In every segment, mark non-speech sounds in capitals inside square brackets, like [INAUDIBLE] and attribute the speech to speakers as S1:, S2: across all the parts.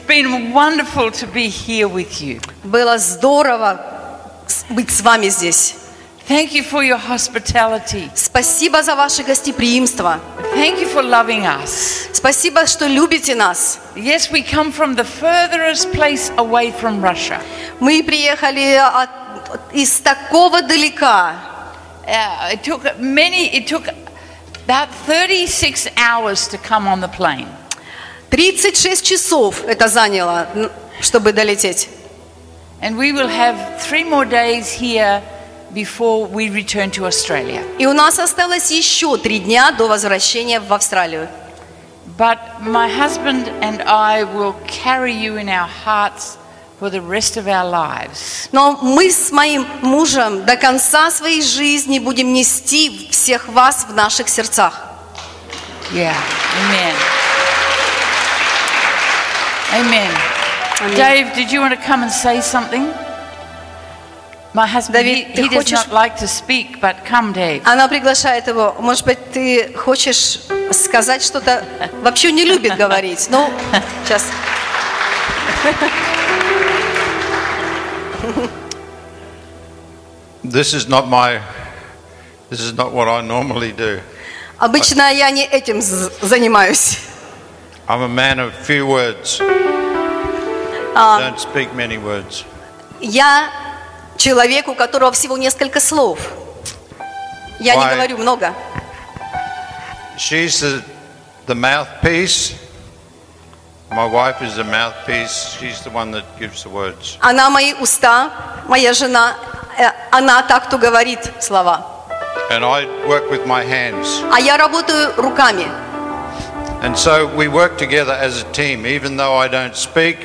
S1: been wonderful to be here with you.
S2: Было здорово с- быть с вами здесь.
S1: Thank you for your hospitality.
S2: Спасибо за ваше гостеприимство.
S1: Thank you for loving us.
S2: Спасибо, что любите нас.
S1: Yes, we come from the furthest place away from Russia.
S2: Мы приехали от- из такого далека.
S1: Uh, it took many, it took about 36 hours to come on the plane.
S2: 36 часов это заняло, н- чтобы долететь.
S1: And we will have three more days here before we return to Australia.
S2: И у нас осталось еще три дня до возвращения в Австралию.
S1: But my husband and I will carry you in our hearts for the rest of our lives.
S2: Но мы с моим мужем до конца своей жизни будем нести всех вас в наших сердцах.
S1: Yeah. Amen. Amen.
S2: Amen.
S1: Dave, did you want to come and say something? My husband, he,
S2: David, ты
S1: he does
S2: хочешь-
S1: not like to speak, but come, Dave.
S2: Она приглашает его. Может быть, ты хочешь сказать что-то? Вообще не любит говорить. Ну, сейчас.
S3: This is not my. This is not what I normally do.
S2: Обычно я не этим з- занимаюсь.
S3: I'm a man of few words. I don't speak many words.
S2: Я человек, у которого всего несколько слов. Я не
S3: Why?
S2: говорю много.
S3: She's the, the mouthpiece. My wife is the mouthpiece. She's the one that gives the words.
S2: Она мои уста, моя жена, э, она та, кто говорит слова.
S3: And I work with my hands.
S2: А я работаю руками.
S3: And so we work together as a team. Even though I don't speak,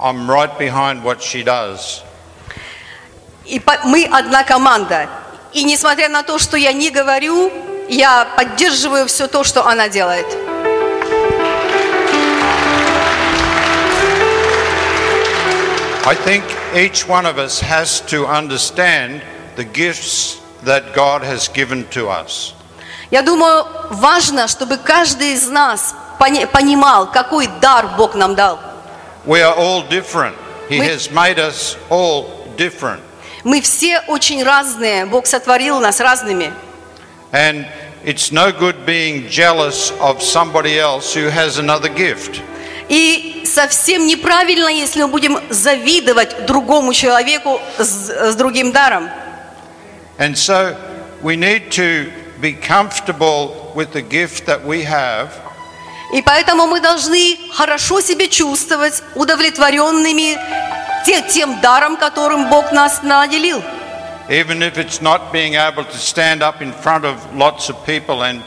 S3: I'm right behind what she does.
S2: И по- мы одна команда. И несмотря на то, что я не говорю, я поддерживаю все то, что она делает.
S3: I think each one of us has to understand the gifts that God has given to us.
S2: Я думаю, важно, чтобы каждый из нас пони- понимал, какой дар Бог нам дал.
S3: We are all different. He
S2: We-
S3: has made us all different.
S2: Мы все очень разные. Бог сотворил нас разными.
S3: And it's no good being jealous of somebody else who has another gift.
S2: И совсем неправильно, если мы будем завидовать другому человеку с, с другим даром.
S3: And so we need to be comfortable with the gift that we have
S2: И поэтому мы должны хорошо себя чувствовать удовлетворенными те- тем даром, которым Бог нас наделил.
S3: even if it's not being able to stand up in front of lots of people and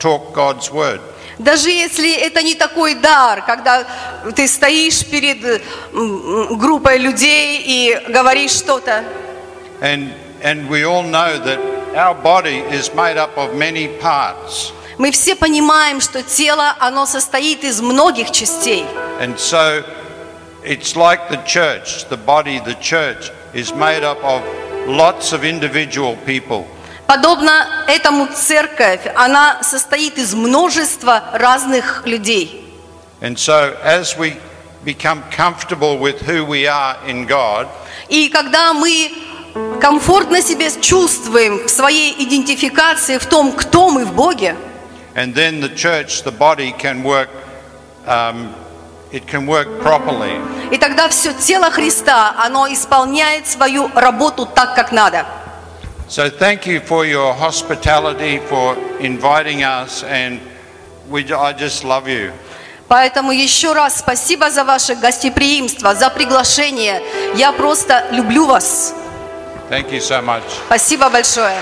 S3: talk God's word.
S2: Даже если это не такой дар, когда ты стоишь перед э, м, м, группой людей и говоришь что-то.
S3: And and we all know that our body is made up of many parts.
S2: Мы все понимаем, что тело, оно состоит из многих частей.
S3: And so it's like the church, the body, the church is made up of lots of individual people.
S2: Подобно этому церковь, она состоит из множества разных людей.
S3: And so as we become comfortable with who we are in God,
S2: И когда мы комфортно себя чувствуем в своей идентификации, в том, кто мы в Боге,
S3: and then the church, the body can work um, it can work properly.
S2: и тогда все тело Христа, оно исполняет свою работу так, как надо.
S3: So thank you for your hospitality, for inviting us, and we, I just love you.
S2: Поэтому еще раз спасибо за ваше гостеприимство, за приглашение. Я просто люблю вас.
S3: Thank you so much.
S2: Спасибо большое.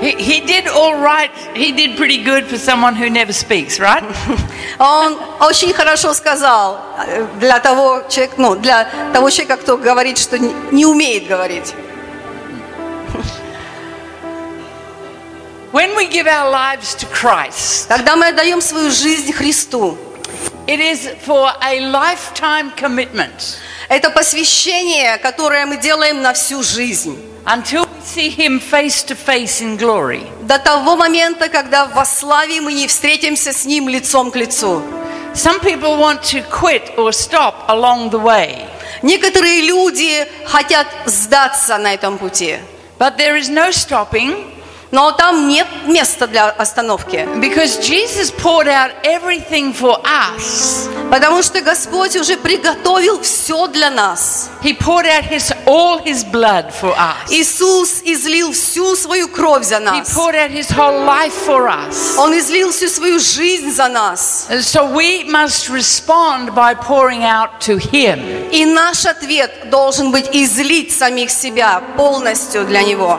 S1: He, he did all right. He did pretty good for someone who never speaks, right?
S2: Он очень хорошо сказал э, для того человека, ну, для того человека, кто говорит, что не не умеет говорить.
S1: when we give our lives to Christ,
S2: Когда мы отдаем свою жизнь Христу,
S1: it is for a lifetime commitment.
S2: это посвящение, которое мы делаем на всю жизнь.
S1: until we see him face to face in glory.
S2: До того момента, когда во славе мы не встретимся с Ним лицом к лицу.
S1: Some people want to quit or stop along the way,
S2: Некоторые люди хотят сдаться на этом пути,
S1: but there is no stopping
S2: но там нет места для остановки,
S1: because Jesus poured out everything for us.
S2: потому что Господь уже приготовил все для нас.
S1: He poured out his all his blood for us.
S2: Иисус излил всю свою кровь за
S1: He
S2: нас.
S1: poured out his whole life for us.
S2: Он излил всю свою жизнь за нас.
S1: And so we must respond by pouring out to him.
S2: И наш ответ должен быть излить самих себя полностью для Него.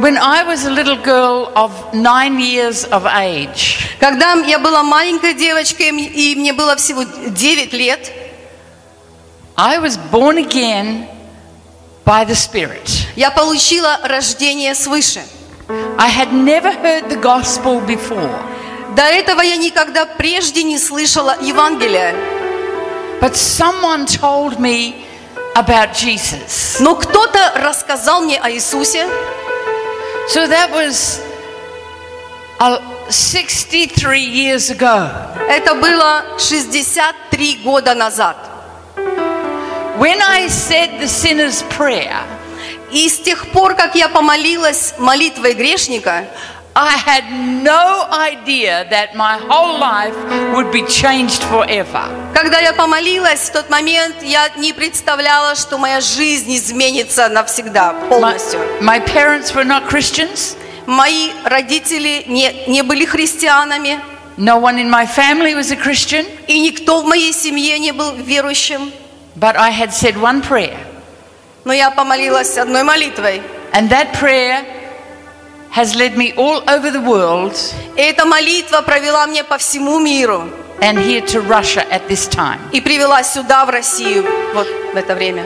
S1: When I was a little girl of nine years of age,
S2: Когда я была маленькой девочкой, м- и мне было всего 9 лет,
S1: I was born again by the Spirit.
S2: я получила рождение свыше.
S1: I had never heard the gospel before,
S2: До этого я никогда прежде не слышала Евангелия.
S1: but someone told me about Jesus.
S2: Но кто-то рассказал мне о Иисусе.
S1: So that was uh, 63 years ago.
S2: Это было 63 года назад.
S1: When I said the sinner's prayer,
S2: И с тех пор, как я помолилась молитвой грешника,
S1: I had no idea that my whole life would be changed forever.
S2: когда я помолилась в тот момент, я не представляла, что моя жизнь изменится навсегда
S1: My,
S2: полностью.
S1: my parents were not Christians.
S2: Мои родители не, не были христианами,
S1: No one in my family was a Christian,
S2: и никто в моей семье не был верующим.
S1: but I had said one prayer.
S2: Но я помолилась одной молитвой.
S1: And that prayer has led me all over the world
S2: И эта молитва провела меня по всему миру
S1: and here to Russia at this time.
S2: и привела сюда, в Россию, вот в это время.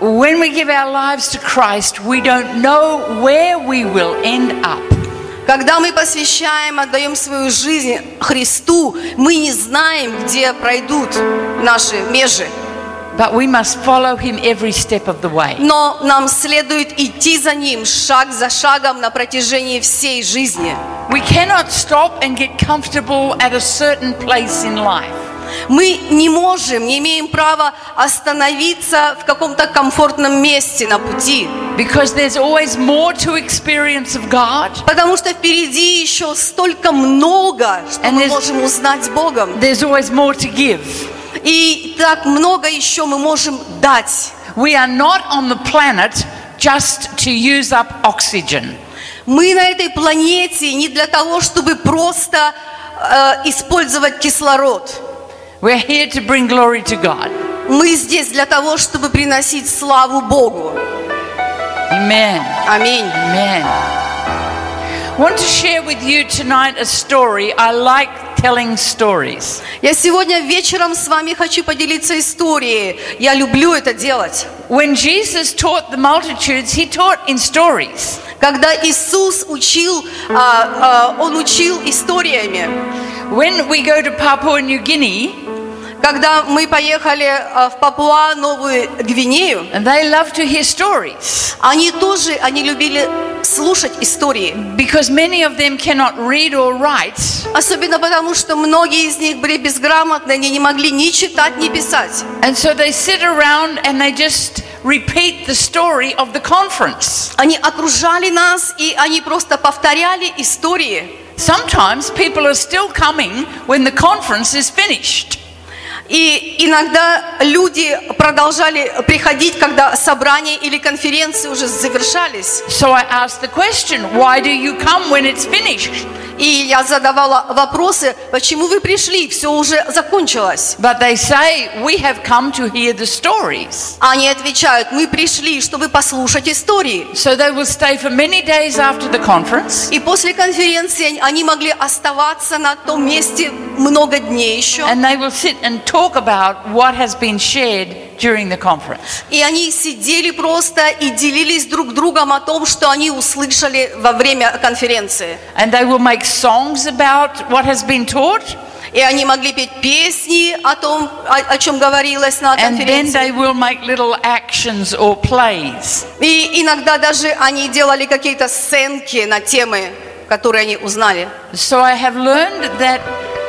S1: When we give our lives to Christ, we don't know where we will end up.
S2: Когда мы посвящаем, отдаем свою жизнь Христу, мы не знаем, где пройдут наши межи.
S1: But we must follow him every step of the way.
S2: Но нам следует идти за Ним шаг за шагом на протяжении всей жизни.
S1: We cannot stop and get comfortable at a certain place in life.
S2: Мы не можем, не имеем права остановиться в каком-то комфортном месте на пути,
S1: Because there's always more to experience of God.
S2: потому что впереди еще столько много, что
S1: And
S2: мы
S1: there's-
S2: можем узнать Богом.
S1: There's always more to give.
S2: И так много еще мы можем дать.
S1: We are not on the planet just to use up oxygen.
S2: Мы на этой планете не для того, чтобы просто э, использовать кислород.
S1: We're here to bring glory to God.
S2: Мы здесь для того, чтобы приносить славу Богу.
S1: Amen.
S2: Аминь.
S1: Amen. I want to share with you tonight a story. I like telling stories.
S2: Я сегодня вечером с вами хочу поделиться историей. Я люблю это делать.
S1: When Jesus taught the multitudes, he taught in stories.
S2: Когда Иисус учил, а, а, он учил историями.
S1: When we go to Papua New Guinea,
S2: Когда мы поехали а, в Папуа Новую Гвинею,
S1: and they love to hear stories
S2: они тоже, они любили слушать истории.
S1: because many of them cannot read or write,
S2: Особенно потому, что многие из них были безграмотны, они не могли ни читать, ни писать.
S1: and so they sit around and they just repeat the story of the conference.
S2: Они окружали нас, и они просто повторяли истории.
S1: Sometimes people are still coming when the conference is finished.
S2: И иногда люди продолжали приходить, когда собрания или конференции уже завершались.
S1: So I asked the question, why do you come when it's finished?
S2: И я задавала вопросы, почему вы пришли, все уже закончилось.
S1: But they say, we have come to hear the stories.
S2: Они отвечают, мы пришли, чтобы послушать истории.
S1: So they will stay for many days after the conference
S2: И после конференции они могли оставаться на том месте много дней еще.
S1: and they will sit and talk about what has been shared during the conference.
S2: И они сидели просто и делились друг другом о том, что они услышали во время конференции.
S1: And they will make songs about what has been taught
S2: И И они могли петь песни о том, о, о чем говорилось на
S1: And then
S2: конференции.
S1: they will make little actions or plays.
S2: И иногда даже они делали какие-то сценки на темы, которые они узнали.
S1: So I have learned that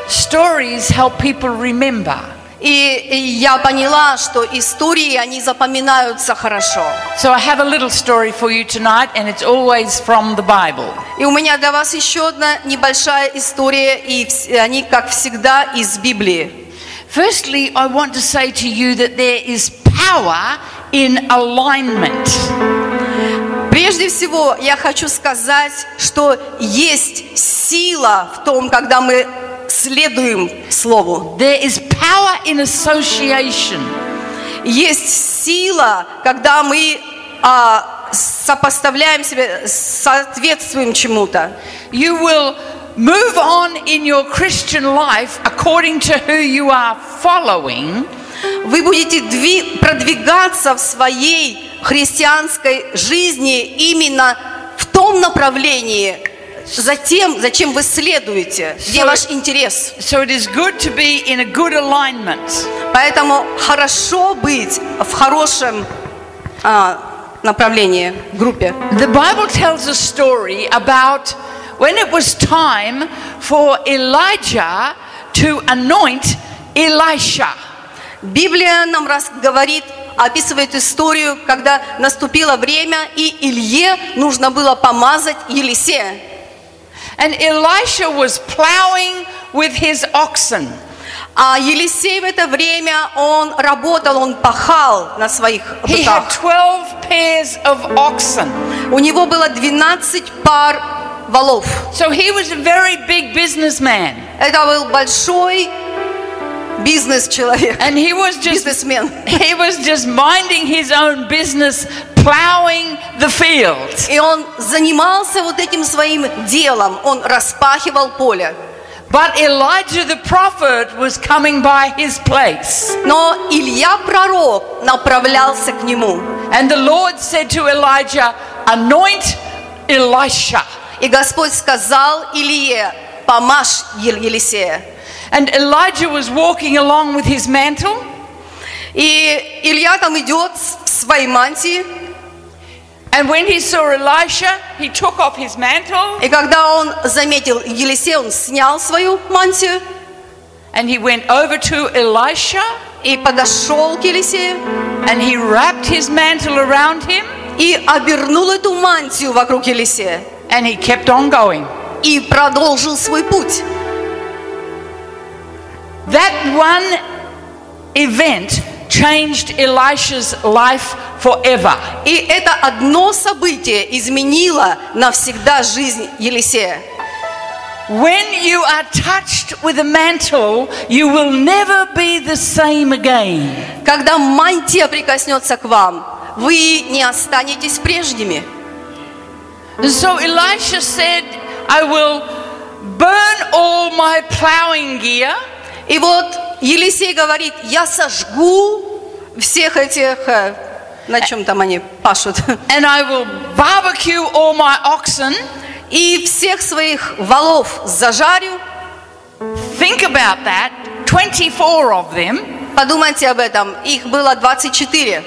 S1: stories help people remember.
S2: И, и я поняла, что истории, они запоминаются хорошо.
S1: So I have a little story for you tonight, and it's always from the Bible.
S2: И у меня для вас еще одна небольшая история, и вс- они, как всегда, из Библии.
S1: Firstly, I want to say to you that there is power in alignment.
S2: Прежде всего, я хочу сказать, что есть сила в том, когда мы следуем Слову.
S1: There is power in association.
S2: Есть сила, когда мы а, сопоставляем себя, соответствуем чему-то.
S1: You will move on in your Christian life according to who you are following,
S2: Вы будете дви- продвигаться в своей христианской жизни именно в том направлении, за тем, зачем вы следуете, где
S1: So-
S2: ваш интерес.
S1: so it is good to be in a good alignment.
S2: Поэтому хорошо быть в хорошем а, направлении, группе.
S1: The Bible tells a story about when it was time for Elijah to anoint Elisha.
S2: Библия нам раз говорит, описывает историю, когда наступило время, и Илье нужно было помазать Елисея.
S1: And Elisha was plowing with his oxen.
S2: А Елисей в это время, он работал, он пахал на своих
S1: He had
S2: быках.
S1: 12 pairs of oxen.
S2: У него было 12 пар валов.
S1: So he was a very big businessman.
S2: Это был большой бизнес-человек, [LAUGHS]
S1: And he was just
S2: бизнесмен.
S1: he was just minding his own business plowing the field.
S2: И он занимался вот этим своим делом, он распахивал поле.
S1: But Elijah the prophet was coming by his place.
S2: Но Илья пророк направлялся к нему.
S1: And the Lord said to Elijah, Anoint Elisha.
S2: И Господь сказал Илье, помажь Ел- Елисея.
S1: And Elijah was walking along with his mantle,
S2: И Илья там идет с- в своей мантии,
S1: and when he saw Elisha, he took off his mantle
S2: И когда он заметил Елисея, он снял свою мантию
S1: and he went over to Elisha
S2: и подошел к Елисею
S1: and he wrapped his mantle around him
S2: и обернул эту мантию вокруг Елисея
S1: and he kept on going.
S2: и продолжил свой путь.
S1: That one event changed Elisha's life forever.
S2: И это одно событие изменило навсегда жизнь Елисея.
S1: When you are touched with a mantle, you will never be the same again.
S2: Когда мантия прикоснется к вам, вы не останетесь прежними.
S1: And so Elisha said, I will burn all my plowing gear
S2: И вот Елисей говорит, я сожгу всех этих, э, на чем там они пашут, [LAUGHS]
S1: and I will barbecue all my oxen.
S2: и всех своих валов зажарю.
S1: Think about that 24 of them.
S2: Подумайте об этом. Их было 24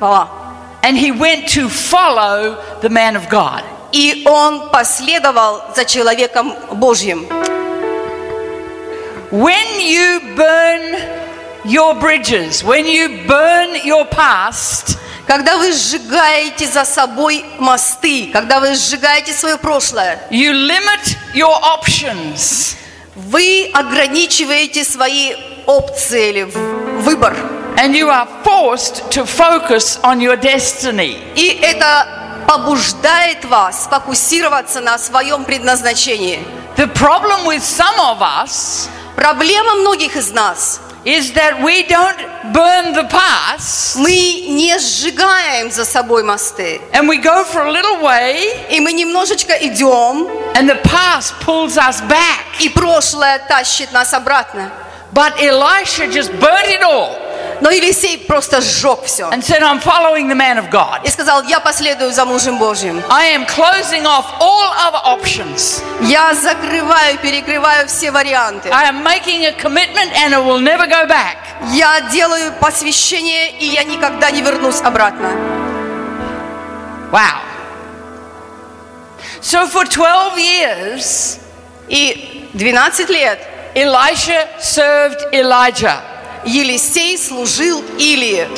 S2: вала.
S1: And he went to follow the man of God.
S2: И он последовал за человеком Божьим.
S1: When you burn your bridges, when you burn your past,
S2: Когда вы сжигаете за собой мосты, когда вы сжигаете свое прошлое,
S1: you limit your options.
S2: вы ограничиваете свои опции или в- выбор.
S1: And you are forced to focus on your destiny.
S2: И это побуждает вас фокусироваться на своем предназначении.
S1: The problem with some of us
S2: Проблема многих из нас.
S1: is that we don't burn the past
S2: Мы не сжигаем за собой мосты.
S1: and we go for a little way
S2: И мы немножечко идем,
S1: and the past pulls us back.
S2: и прошлое тащит нас обратно.
S1: But Elisha just burned it all.
S2: Но Елисей просто сжег все.
S1: and said, I'm following the man of God.
S2: И сказал, я последую за мужем Божьим.
S1: I am closing off all other options.
S2: Я закрываю, перекрываю все варианты.
S1: I am making a commitment and it will never go back.
S2: Я делаю посвящение, и я никогда не вернусь обратно.
S1: Wow. So for 12 years,
S2: И 12 лет
S1: Elisha served Elijah
S2: Елисей служил Илии.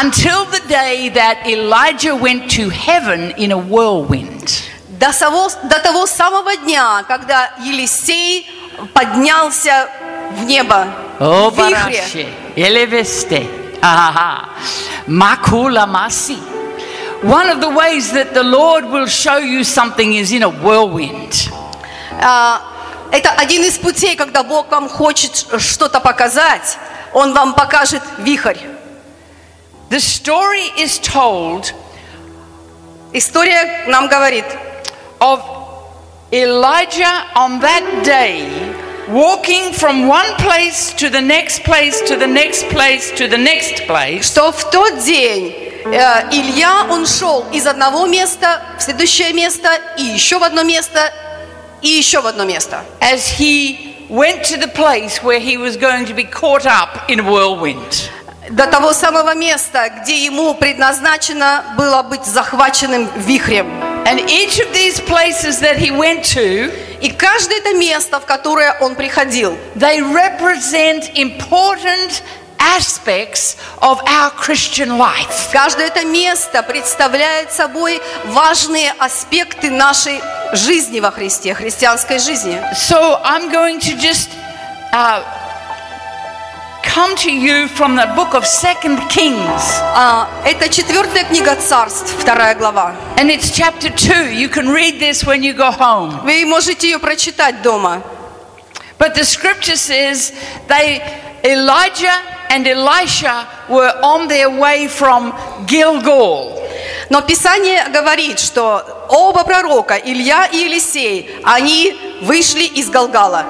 S1: until the day that Elijah went to heaven in a whirlwind.
S2: До, того- до того самого дня, когда Елисей поднялся в небо.
S1: Oh,
S2: в вихре.
S1: Barashe, Eleveste, aha, Makula Masi. One of the ways that the Lord will show you something is in a whirlwind.
S2: А, это один из путей, когда Бог вам хочет что-то показать. Он вам покажет вихрь.
S1: The story is told
S2: История нам говорит,
S1: of Elijah on that day walking from one place to the next place to the next place to the next place
S2: что в тот день э, Илья, он шел из одного места в следующее место, и еще в одно место, и еще в одно место.
S1: as he went to the place where he was going to be caught up in a whirlwind.
S2: До того самого места, где ему предназначено было быть захваченным вихрем.
S1: And each of these places that he went to,
S2: И каждое это место, в которое он приходил,
S1: they represent important aspects of our Christian life.
S2: Каждое это место представляет собой важные аспекты нашей жизни во Христе, христианской жизни.
S1: So I'm going to just uh, come to you from the book of Second Kings,
S2: А, это четвертая книга царств, вторая глава.
S1: and it's chapter two. You can read this when you go home.
S2: Вы можете ее прочитать дома.
S1: But the scripture says they, Elijah and Elisha, were on their way from Gilgal.
S2: Но Писание говорит, что оба пророка, Илья и Елисей, они вышли из Галгала.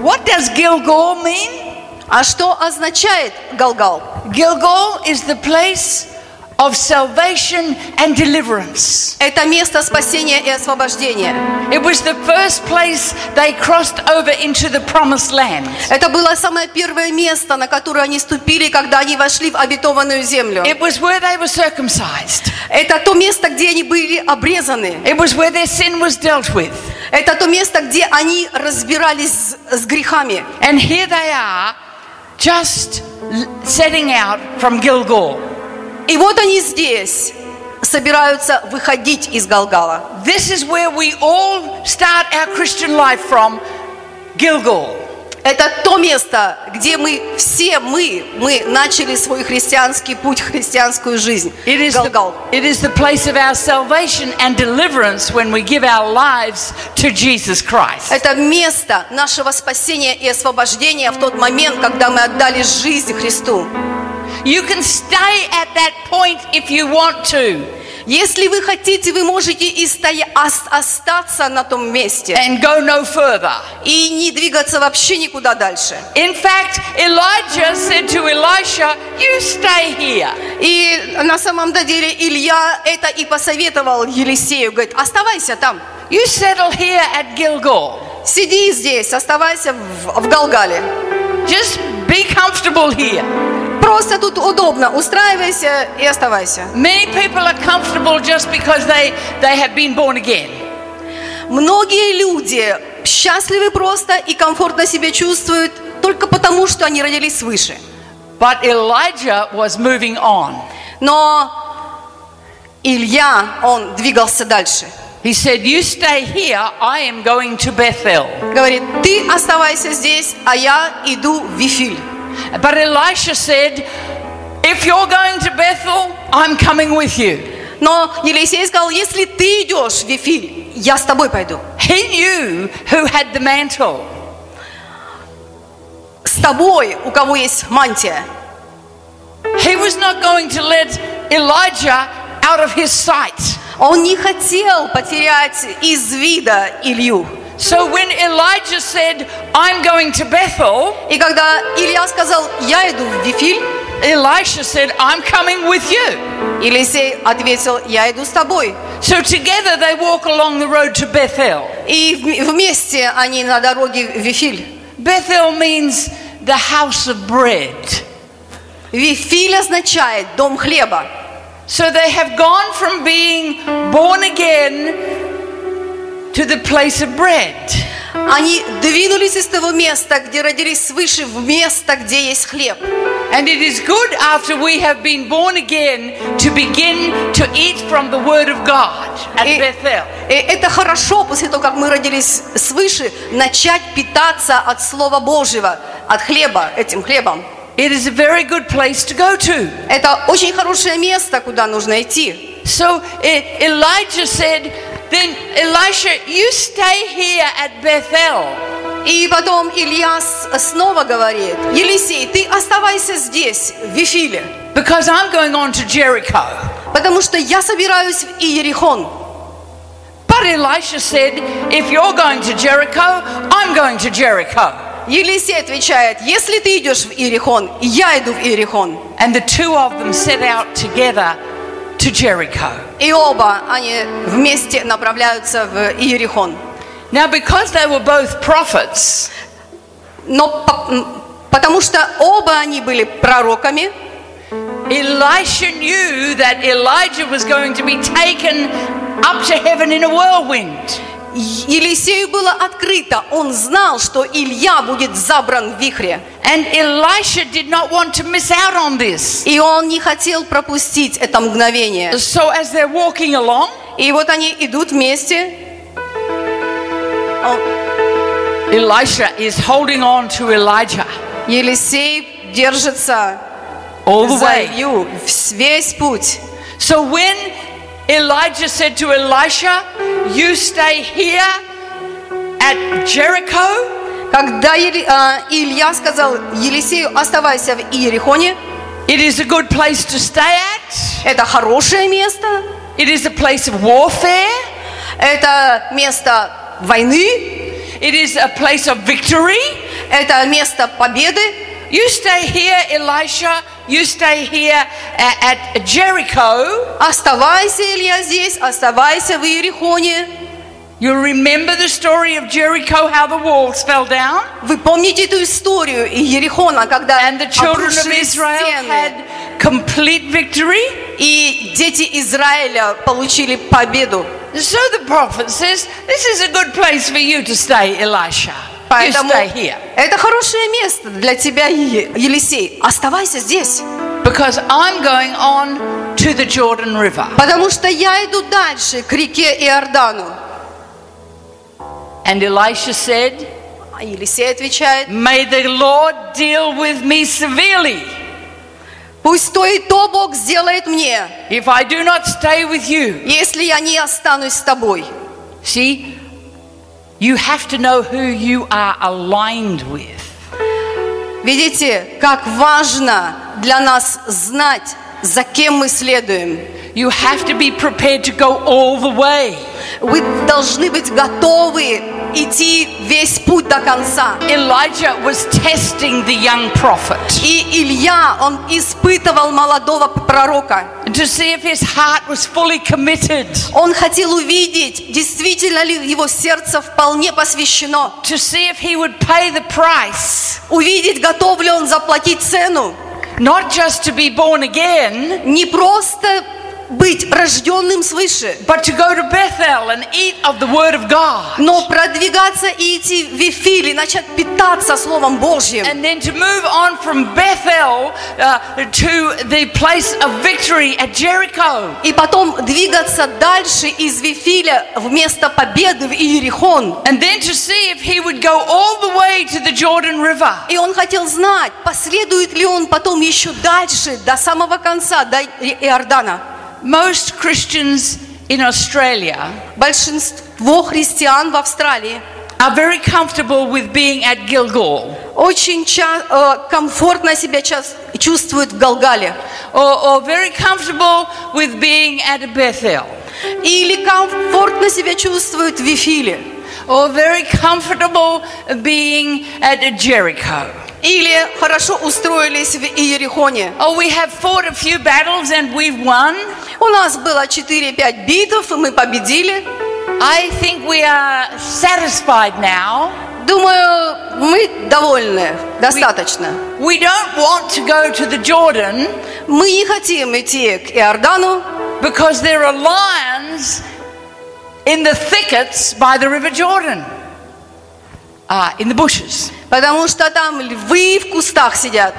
S1: What does Gilgal mean?
S2: А что означает Галгал?
S1: Gilgal is the place of salvation and deliverance.
S2: Это место спасения и освобождения.
S1: It was the first place they crossed over into the promised land.
S2: Это было самое первое место, на которое они ступили, когда они вошли в обетованную землю.
S1: It was where they were circumcised.
S2: Это то место, где они были обрезаны.
S1: It was where their sin was dealt with.
S2: Это то место, где они разбирались с, с грехами.
S1: And here they are, just l- setting out from Gilgal.
S2: И вот они здесь собираются выходить из Галгала.
S1: This is where we all start our Christian life from Gilgal.
S2: Это то место, где мы все мы мы начали свой христианский путь, христианскую жизнь.
S1: It is,
S2: Галгал.
S1: the, it is the place of our salvation and deliverance when we give our lives to Jesus Christ.
S2: Это место нашего спасения и освобождения в тот момент, когда мы отдали жизнь Христу.
S1: You can stay at that point if you want to.
S2: Если вы хотите, вы можете и стоя- ос- остаться на том месте.
S1: and go no further.
S2: и не двигаться вообще никуда дальше.
S1: In fact, Elijah said to Elisha, You stay here.
S2: И на самом деле Илья это и посоветовал Елисею, говорит, оставайся там,
S1: You settle here at Gilgal.
S2: сиди здесь, оставайся в, в Галгале.
S1: Just be comfortable here.
S2: Просто тут удобно, устраивайся и оставайся.
S1: Many people are comfortable just because they, they have been born again.
S2: Многие люди счастливы просто и комфортно себя чувствуют только потому, что они родились свыше.
S1: But Elijah was moving on.
S2: Но Илья, он двигался дальше.
S1: He said, You stay here, I am going to Bethel.
S2: Говорит, ты оставайся здесь, а я иду в Вифиль.
S1: But Elisha said, If you're going to Bethel, I'm coming with you.
S2: Но Елисей сказал, если ты идешь в Вифиль, я с тобой пойду.
S1: He knew who had the mantle.
S2: С тобой, у кого есть мантия.
S1: He was not going to let Elijah out of his sight.
S2: Он не хотел потерять из вида Илью.
S1: So when Elijah said, I'm going to Bethel,
S2: И когда Илья сказал, я иду в Вифиль,
S1: Elisha said, I'm coming with you.
S2: Елисей ответил, я иду с тобой.
S1: So together they walk along the road to Bethel.
S2: И вм- вместе они на дороге в Вифиль.
S1: Bethel means the house of bread.
S2: Вифиль означает дом хлеба.
S1: So they have gone from being born again to the place of bread.
S2: Они двинулись из того места, где родились свыше, в место, где есть хлеб.
S1: And it is good after we have been born again to begin to eat from the Word of God at
S2: И,
S1: Bethel.
S2: и это хорошо, после того, как мы родились свыше, начать питаться от Слова Божьего, от хлеба, этим хлебом.
S1: It is a very good place to go to.
S2: Это очень хорошее место, куда нужно идти.
S1: So E- Elijah said, Then Elisha, you stay here at Bethel.
S2: И потом Илья с- снова говорит, Елисей, ты оставайся здесь, в Вифиле,
S1: Because I'm going on to Jericho.
S2: потому что я собираюсь в Иерихон.
S1: But Elisha said, If you're going to Jericho, I'm going to Jericho.
S2: Елисей отвечает, если ты идешь в Иерихон, я иду в Иерихон.
S1: And the two of them set out together to Jericho.
S2: И оба они вместе направляются в Иерихон.
S1: Now, because they were both prophets,
S2: Но по- м, потому что оба они были пророками,
S1: Elisha knew that Elijah was going to be taken up to heaven in a whirlwind.
S2: Елисею было открыто, он знал, что Илья будет забран в вихре.
S1: And Elisha did not want to miss out on this.
S2: И он не хотел пропустить это мгновение.
S1: So, as they're walking along,
S2: И вот они идут вместе. О,
S1: Elisha is holding on to Elijah
S2: Елисей держится
S1: all the
S2: за
S1: way.
S2: Илью вс- весь путь.
S1: So when Elijah said to Elisha, You stay here at Jericho,
S2: Когда Ели- а, Илья сказал Елисею, оставайся в Иерихоне,
S1: it is a good place to stay at.
S2: это хорошее место,
S1: It is a place of warfare.
S2: это место войны,
S1: It is a place of victory.
S2: это место победы.
S1: You stay here, Elisha. You stay here a- at Jericho.
S2: Оставайся, Илья, здесь, оставайся в Иерихоне.
S1: You remember the story of Jericho, how the walls fell down?
S2: Вы помните эту историю Иерихона, когда
S1: And the children of
S2: обрушились
S1: Israel
S2: стены,
S1: had complete victory.
S2: и дети Израиля получили победу.
S1: So the prophet says, This is a good place for you to stay, Elisha. You
S2: Поэтому
S1: stay here.
S2: это хорошее место для тебя, Е- Елисей. Оставайся здесь,
S1: Because I'm going on to the Jordan River.
S2: потому что я иду дальше к реке Иордану.
S1: And Elisha said,
S2: А Елисей отвечает,
S1: May the Lord deal with me severely
S2: пусть то и то Бог сделает мне,
S1: if I do not stay with you.
S2: если я не останусь с тобой.
S1: See, you have to know who you are aligned with.
S2: Видите, как важно для нас знать, за кем мы следуем.
S1: You have to be prepared to go all the way.
S2: Вы должны быть готовы идти весь путь до конца.
S1: Elijah was testing the young prophet
S2: И Илья, он испытывал молодого пророка.
S1: to see if his heart was fully committed.
S2: Он хотел увидеть, действительно ли его сердце вполне посвящено.
S1: to see if he would pay the price,
S2: Увидеть, готов ли он заплатить цену.
S1: not just to be born again,
S2: Не просто быть рожденным свыше,
S1: but to go to Bethel and eat of the Word of God,
S2: но продвигаться и идти в эфир, и начать питаться Словом Божьим.
S1: and then to move on from Bethel uh, to the place of victory at Jericho.
S2: И потом двигаться дальше из Вифиля вместо победы в Иерихон.
S1: And then to see if he would go all the way to the Jordan River.
S2: И он хотел знать, последует ли он потом еще дальше, до самого конца, до И- Иордана.
S1: Most Christians in Australia
S2: Большинство христиан в Австралии
S1: are very comfortable with being at Gilgal
S2: очень ча- э, комфортно себя час- чувствуют в Галгале.
S1: or, or very comfortable with being at Bethel.
S2: Или комфортно себя чувствуют в Вифиле.
S1: or very comfortable being at Jericho.
S2: Или хорошо устроились в Иерихоне.
S1: Oh, we have fought a few battles and we've won.
S2: У нас было 4-5 битв, и мы победили.
S1: I think we are satisfied now.
S2: Думаю, мы довольны, достаточно.
S1: We don't want to go to the Jordan
S2: Мы не хотим идти к Иордану,
S1: because there are lions in the thickets by the River Jordan. Ah, in the bushes.
S2: потому что там львы в кустах сидят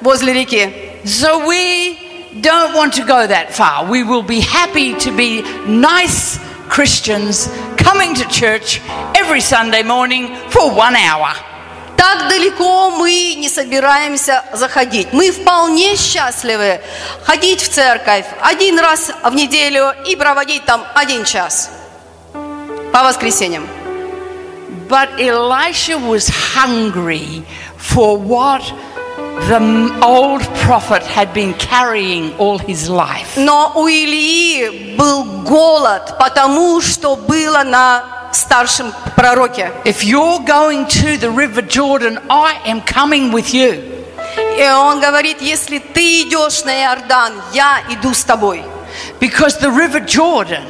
S2: возле реки.
S1: So we don't want to go that far. We will be happy to be nice Christians coming to church every Sunday morning for one hour.
S2: Так далеко мы не собираемся заходить. Мы вполне счастливы ходить в церковь один раз в неделю и проводить там один час по воскресеньям.
S1: But Elisha was hungry for what the m- old prophet had been carrying all his life.
S2: Но у Илии был голод, потому что было на старшем пророке.
S1: If you're going to the River Jordan, I am coming with you.
S2: И он говорит, если ты идешь на Иордан, я иду с тобой.
S1: Because the River Jordan,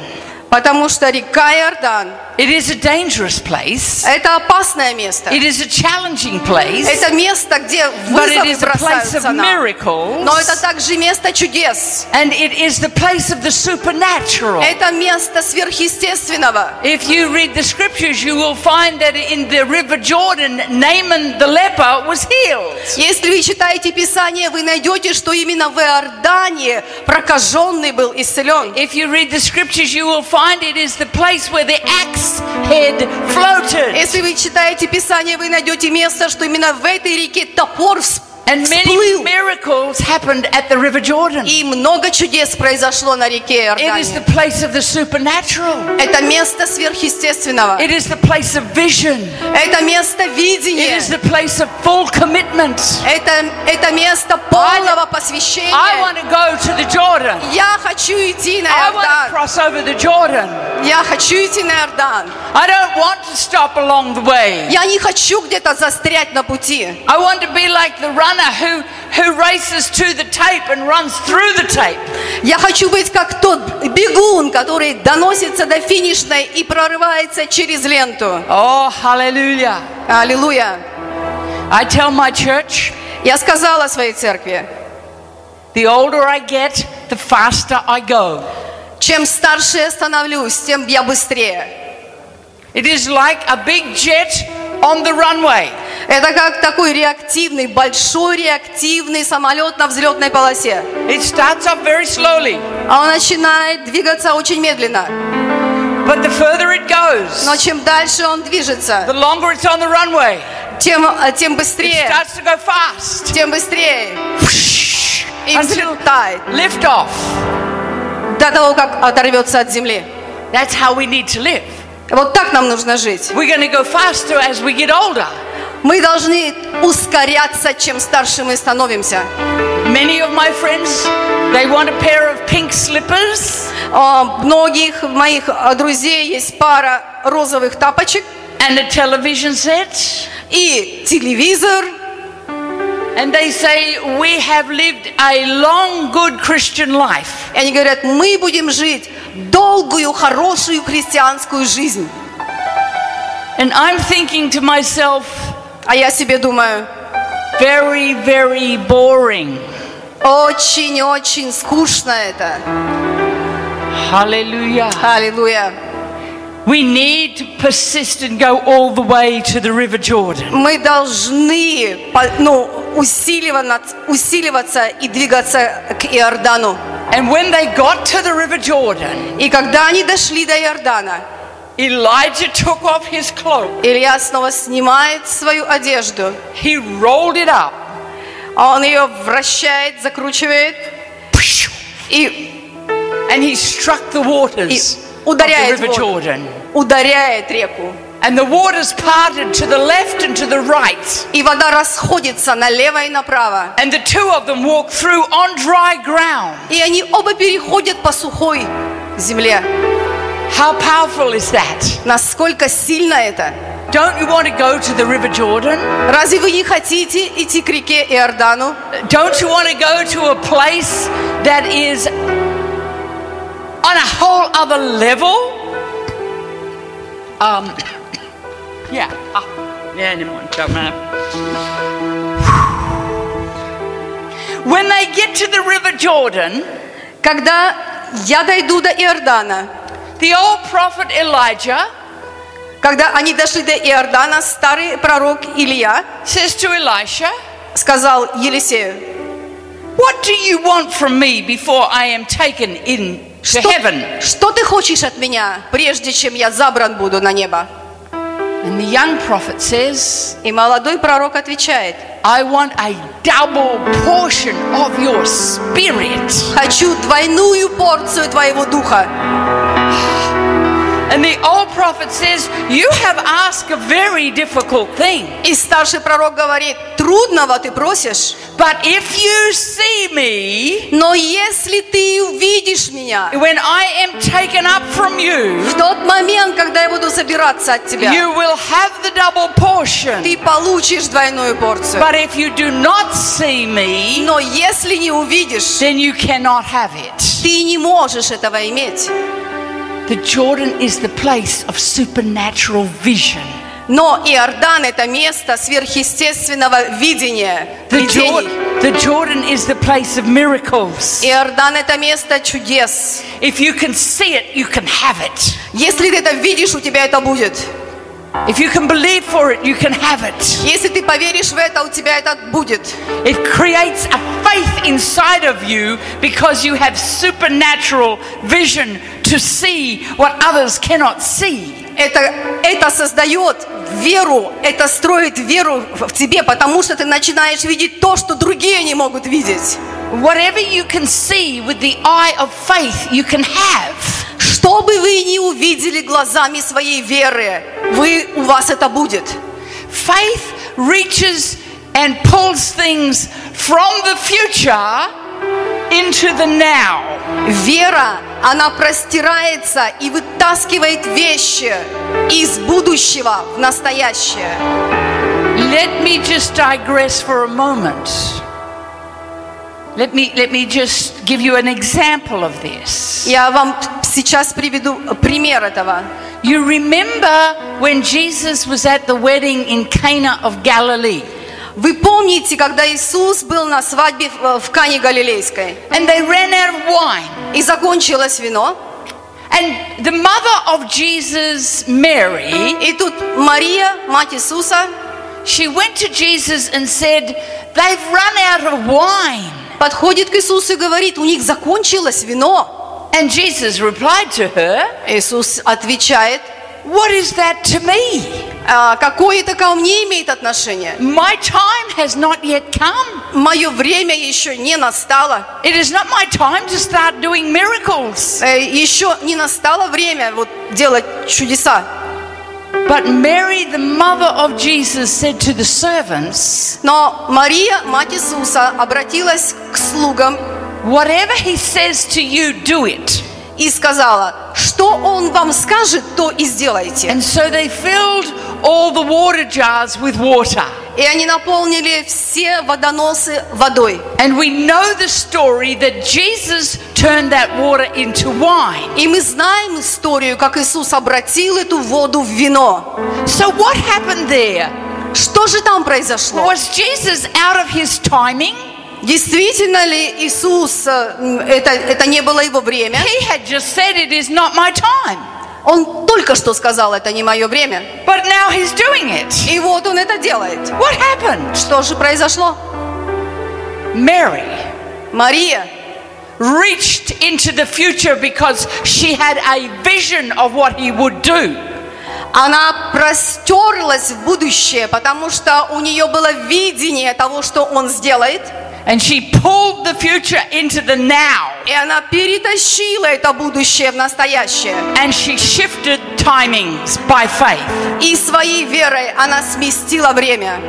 S2: Потому что река Иордан
S1: it is a dangerous place.
S2: – это опасное место.
S1: It is a challenging place.
S2: Это место, где
S1: But it
S2: вызовы
S1: is a place of
S2: бросаются нам.
S1: miracles.
S2: Но это также место чудес.
S1: And it is the place of the supernatural.
S2: Это место сверхъестественного.
S1: If you read the scriptures, you will find that in the River Jordan, Naaman the leper was healed.
S2: Если вы читаете Писание, вы найдете, что именно в Иордане прокаженный был исцелен.
S1: If you read the scriptures, you will find it is the place where the axe head floated.
S2: Если вы читаете Писание, вы найдете место, что именно в этой реке топор вс-
S1: And many
S2: всплыл.
S1: miracles happened at the River Jordan.
S2: И много чудес произошло на реке
S1: It is the
S2: Иордане.
S1: place of the supernatural.
S2: Это место сверхъестественного.
S1: It is the place of vision.
S2: Это место
S1: It
S2: видения.
S1: is the place of full commitment.
S2: Это, это место полного посвящения.
S1: I want to go to the Jordan.
S2: Я хочу идти на
S1: I want to
S2: Иордан.
S1: cross over the Jordan.
S2: Я хочу идти на Иордан.
S1: I don't want to stop along the way.
S2: Я не хочу где-то застрять на пути.
S1: I want to be like the runner who, who races to the tape and runs through the tape.
S2: Я хочу быть как тот бегун, который доносится до финишной и прорывается через ленту.
S1: Oh, hallelujah.
S2: Аллилуйя.
S1: I tell my church
S2: Я сказала своей церкви,
S1: the older I get, the faster I go.
S2: чем старше я становлюсь, тем я быстрее.
S1: It is like a big jet on the runway.
S2: Это как такой реактивный, большой реактивный самолет на взлетной полосе.
S1: It starts off very slowly,
S2: А он начинает двигаться очень медленно.
S1: but the further it
S2: Но
S1: goes,
S2: чем дальше он
S1: the
S2: движется,
S1: longer it's on the runway,
S2: тем, а, тем
S1: it
S2: быстрее,
S1: starts to go fast
S2: тем быстрее и
S1: until
S2: взлетает
S1: lift off.
S2: до того, как оторвется от земли.
S1: That's how we need to live.
S2: Вот так нам нужно жить.
S1: We're going to go faster as we get older.
S2: Мы должны ускоряться, чем старше мы становимся.
S1: Many of my friends, they want a pair of pink slippers
S2: А, Многих моих а, друзей есть пара розовых тапочек
S1: and a television set.
S2: и телевизор.
S1: And they say, We have lived a long, good Christian life.
S2: И они говорят, мы будем жить долгую, хорошую христианскую жизнь.
S1: And I'm thinking to myself,
S2: А я себе думаю,
S1: Very, very boring.
S2: очень-очень скучно это.
S1: Hallelujah.
S2: Аллилуйя.
S1: We need to persist and go all the way to the River Jordan.
S2: Мы должны по- ну, усиливаться, усиливаться и двигаться к Иордану.
S1: And when they got to the River Jordan,
S2: И когда они дошли до Иордана,
S1: Elijah took off his cloak.
S2: Илья снова снимает свою одежду.
S1: He rolled it up.
S2: А Он ее вращает, закручивает и
S1: And he struck the waters
S2: И
S1: of the
S2: ударяет
S1: River
S2: воду.
S1: Jordan.
S2: ударяет реку.
S1: And the waters parted to the left and to the right.
S2: И вода расходится налево и направо.
S1: And the two of them walked through on dry ground.
S2: И они оба переходят по сухой земле.
S1: How powerful is that?
S2: Насколько сильно это?
S1: Don't you want to go to the River Jordan?
S2: Разве вы не хотите идти к реке Иордану?
S1: Don't you want to go to a place that is on a whole other level? Um, yeah. ah, yeah, never mind. Don't matter. When they get to the River Jordan,
S2: Когда я дойду до Иордана,
S1: the old prophet Elijah
S2: когда они дошли до Иордана, старый пророк Илья
S1: says to Elisha,
S2: сказал Елисею,
S1: What do you want from me before I am taken in to heaven?
S2: что, что ты хочешь от меня, прежде чем я забран буду на небо?
S1: And the young prophet says,
S2: И молодой пророк отвечает,
S1: I want a double portion of your spirit.
S2: хочу двойную порцию твоего духа.
S1: And the old prophet says, You have asked a very difficult thing,
S2: И старший пророк говорит, трудного ты просишь,
S1: but if you see me
S2: но если ты увидишь меня,
S1: when I am taken up from you,
S2: в тот момент, когда я буду забираться от тебя,
S1: you will have the double portion.
S2: ты получишь двойную порцию.
S1: But if you do not see me,
S2: Но если не увидишь,
S1: then you cannot have it.
S2: ты не можешь этого иметь.
S1: The Jordan is the place of supernatural vision.
S2: Но Иордан – это место сверхъестественного видения,
S1: The, Jor-
S2: видений.
S1: the Jordan is the place of miracles.
S2: Иордан – это место чудес.
S1: If you can see it, you can have it.
S2: Если ты это видишь, у тебя это будет.
S1: If you can believe for it, you can have it.
S2: Если ты поверишь в это, у тебя это будет.
S1: It creates a faith inside of you because you have supernatural vision to see what others cannot see.
S2: Это, это создает веру, это строит веру в тебе, потому что ты начинаешь видеть то, что другие не могут видеть.
S1: Whatever you can see with the eye of faith, you can have.
S2: Что бы вы ни увидели глазами своей веры, вы, у вас это будет.
S1: Faith reaches and pulls things from the future into the now.
S2: Вера, она простирается и вытаскивает вещи из будущего в настоящее.
S1: Let me just digress for a moment. Let me, let me just give you an example of this.
S2: Я вам сейчас приведу пример этого.
S1: You remember when Jesus was at the wedding in Cana of Galilee
S2: Вы помните, когда Иисус был на свадьбе в в Кане Галилейской,
S1: and they ran out of wine.
S2: и закончилось вино,
S1: And the mother of Jesus, Mary,
S2: и тут Мария, мать Иисуса,
S1: she went to Jesus and said, They've run out of wine.
S2: подходит к Иисусу и говорит, у них закончилось вино.
S1: And Jesus replied to her,
S2: Иисус отвечает,
S1: What is that to me?
S2: «А какое это ко мне имеет отношение?
S1: My time has not yet come.
S2: Мое время еще не настало.
S1: It is not my time to start doing miracles.
S2: Э, Еще не настало время вот делать чудеса.
S1: But Mary, the mother of Jesus, said to the servants,
S2: Но Мария, мать Иисуса, обратилась к слугам
S1: Whatever he says to you, do it.
S2: и сказала, что он вам скажет, то и сделайте.
S1: And so they filled all the water jars with water.
S2: И они наполнили все водоносы водой.
S1: And we know the story that Jesus turned that water into wine.
S2: И мы знаем историю, как Иисус обратил эту воду в вино.
S1: So what happened there?
S2: Что же там произошло?
S1: Was Jesus out of his timing?
S2: Действительно ли Иисус, э, м, это, это не было его время?
S1: He had just said, It is not my time.
S2: Он только что сказал, это не мое время.
S1: But now he's doing it.
S2: И вот он это делает.
S1: What happened?
S2: Что же произошло?
S1: Mary
S2: Мария
S1: reached into the future because she had a vision of what he would do.
S2: Она простерлась в будущее, потому что у нее было видение того, что он сделает.
S1: And she pulled the future into the now.
S2: И она перетащила это будущее в настоящее.
S1: And she shifted timings by faith.
S2: И своей верой она сместила время.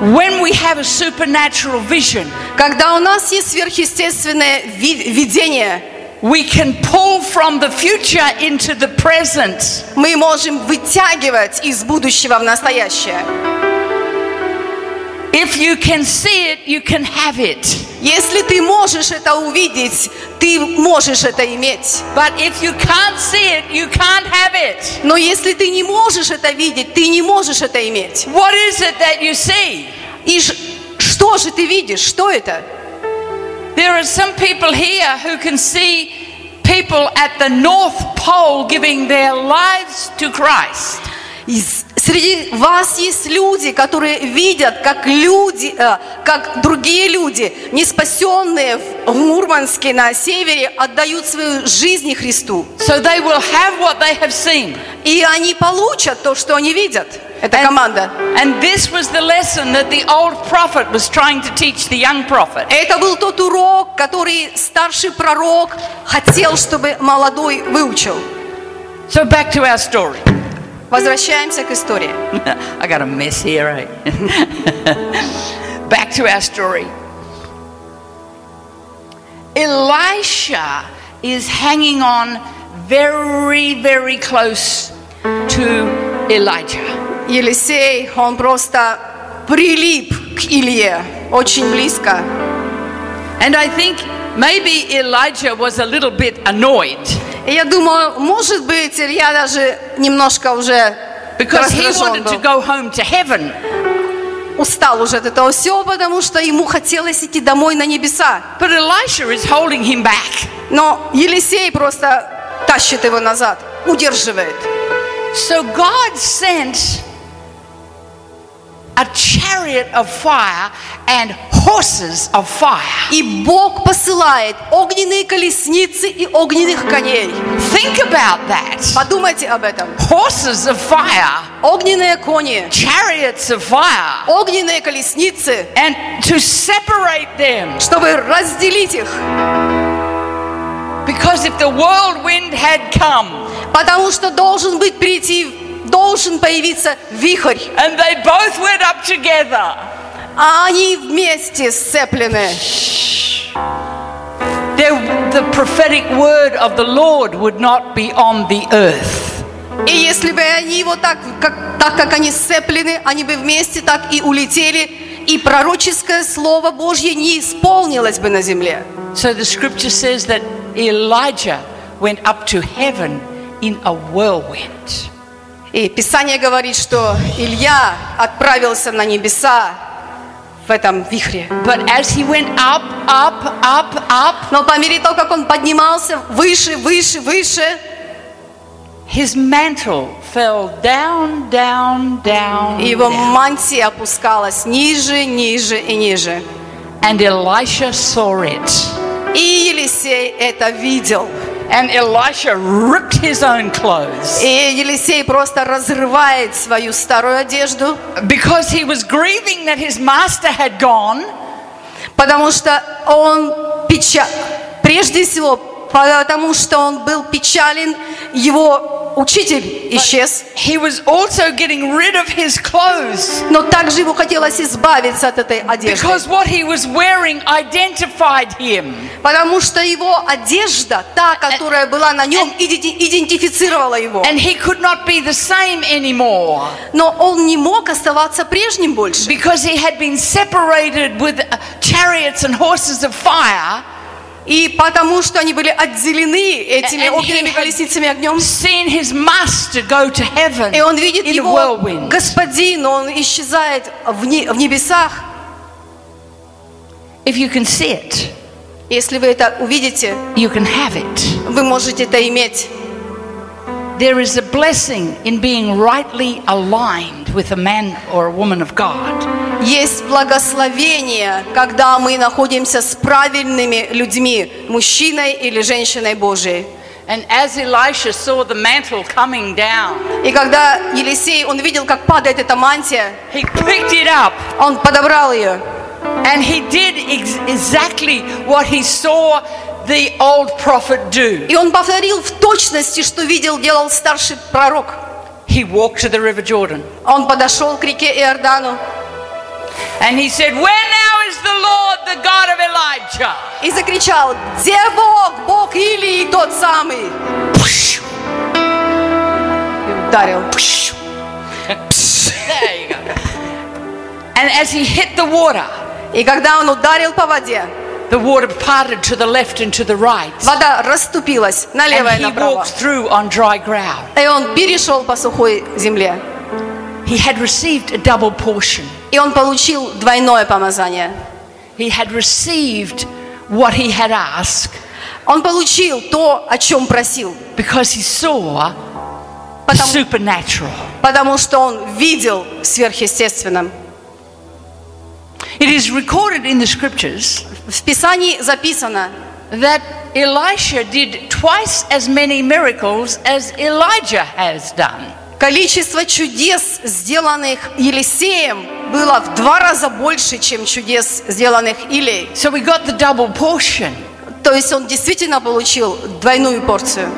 S1: When we have a supernatural vision,
S2: Когда у нас есть сверхъестественное ви- видение,
S1: we can pull from the future into the present.
S2: Мы можем вытягивать из будущего в настоящее.
S1: If you can see it, you can have it.
S2: Если ты можешь это увидеть, ты можешь это иметь.
S1: But if you can't see it, you can't have it.
S2: Но если ты не можешь это видеть, ты не можешь это иметь.
S1: What is it that you see?
S2: И ж- что же ты видишь? Что это?
S1: There are some people here who can see people at the North Pole giving their lives to Christ.
S2: Из- Среди вас есть люди, которые видят, как люди, э, как другие люди, неспасенные в в Мурманске на севере, отдают свою жизнь Христу.
S1: So they will have what they have seen.
S2: И они получат то, что они видят. Это команда.
S1: And this was the lesson that the old prophet was trying to teach the young prophet.
S2: Это был тот урок, который старший пророк хотел, чтобы молодой выучил.
S1: So back to our story.
S2: Возвращаемся к истории.
S1: [LAUGHS] I got a mess here, eh? [LAUGHS] Back to our story. Elisha is hanging on very, very close to Elijah.
S2: Елисей, он просто прилип к Илье, очень близко.
S1: And I think maybe Elijah was a little bit annoyed
S2: И я думаю, может быть, Илья даже немножко уже
S1: because he wanted
S2: раздражен
S1: to
S2: был.
S1: go home to heaven.
S2: Устал уже от этого всего, потому что ему хотелось идти домой на небеса.
S1: But Elisha is holding him back.
S2: Но Елисей просто тащит его назад, удерживает.
S1: So God sent a chariot of fire and horses of fire.
S2: И Бог посылает огненные колесницы и огненных коней.
S1: Think about that.
S2: Подумайте об этом.
S1: Horses of fire,
S2: Огненные кони,
S1: chariots of fire,
S2: огненные колесницы,
S1: and to separate them.
S2: чтобы разделить их.
S1: Because if the whirlwind had come
S2: Потому что должен быть прийти, должен появиться вихрь.
S1: and they both went up together,
S2: А они вместе сцеплены.
S1: there, the prophetic word of the Lord would not be on the earth.
S2: И если бы они вот так, как, так как они сцеплены, они бы вместе так и улетели, и пророческое слово Божье не исполнилось бы на земле.
S1: So the scripture says that Elijah went up to heaven in a whirlwind.
S2: И Писание говорит, что Илья отправился на небеса в этом вихре.
S1: But as he went up, up, up, up,
S2: Но по мере того, как он поднимался выше, выше, выше,
S1: his mantle fell down, down, down,
S2: его
S1: down.
S2: мантия опускалась ниже, ниже и ниже.
S1: and Elisha saw it.
S2: И Елисей это видел.
S1: And Elisha ripped his own
S2: И
S1: clothes
S2: Елисей просто разрывает свою старую одежду,
S1: because he was grieving that his master had gone,
S2: потому что он печа... Прежде всего, потому что он был печален, его учитель исчез.
S1: he was also getting rid of his clothes
S2: Но также ему хотелось избавиться от этой одежды.
S1: because what he was wearing identified him.
S2: Потому что его одежда, та, которая была на нем, иди- идентифицировала его.
S1: And he could not be the same anymore
S2: Но он не мог оставаться прежним больше,
S1: because he had been separated with uh, chariots and horses of fire,
S2: и потому что они были отделены
S1: And-
S2: этими
S1: and
S2: огненными
S1: he had-
S2: колесницами и огнем.
S1: seeing his master go to heaven
S2: И он видит
S1: in a
S2: его
S1: whirlwind.
S2: господин, он исчезает в, не- в небесах.
S1: If you can see it,
S2: Если вы это увидите,
S1: you can have it.
S2: вы можете это иметь.
S1: There is a blessing in being rightly aligned with a man or a woman of God.
S2: Есть благословение, когда мы находимся с правильными людьми, мужчиной или женщиной Божией.
S1: And as Elisha saw the mantle coming down,
S2: И когда Елисей, он видел, как падает эта мантия,
S1: he picked it up
S2: он подобрал ее.
S1: and he did ex- exactly what he saw the old prophet do.
S2: И он повторил в точности, что видел, делал старший пророк.
S1: He walked to the River Jordan
S2: Он подошел к реке Иордану
S1: and he said, Where now is the Lord, the God of Elijah. [LAUGHS]
S2: И закричал, где Бог, Бог Илии тот самый? И ударил.
S1: There you go. And as he hit the water,
S2: И когда он ударил по воде,
S1: the water parted to the left and to the right.
S2: вода расступилась налево и
S1: And he
S2: направо.
S1: walked through on dry ground.
S2: И он перешел по сухой земле.
S1: He had received a double portion.
S2: И он получил двойное помазание.
S1: He had received what he had asked
S2: Он получил то, о чем просил,
S1: because he saw the
S2: Потому-
S1: supernatural.
S2: потому что он видел сверхъестественным.
S1: It is recorded in the scriptures
S2: В Писании записано,
S1: that Elisha did twice as many miracles as Elijah has done.
S2: количество чудес, сделанных Елисеем, было в два раза больше, чем чудес, сделанных Илей.
S1: So we got the double portion.
S2: То есть он действительно получил двойную порцию.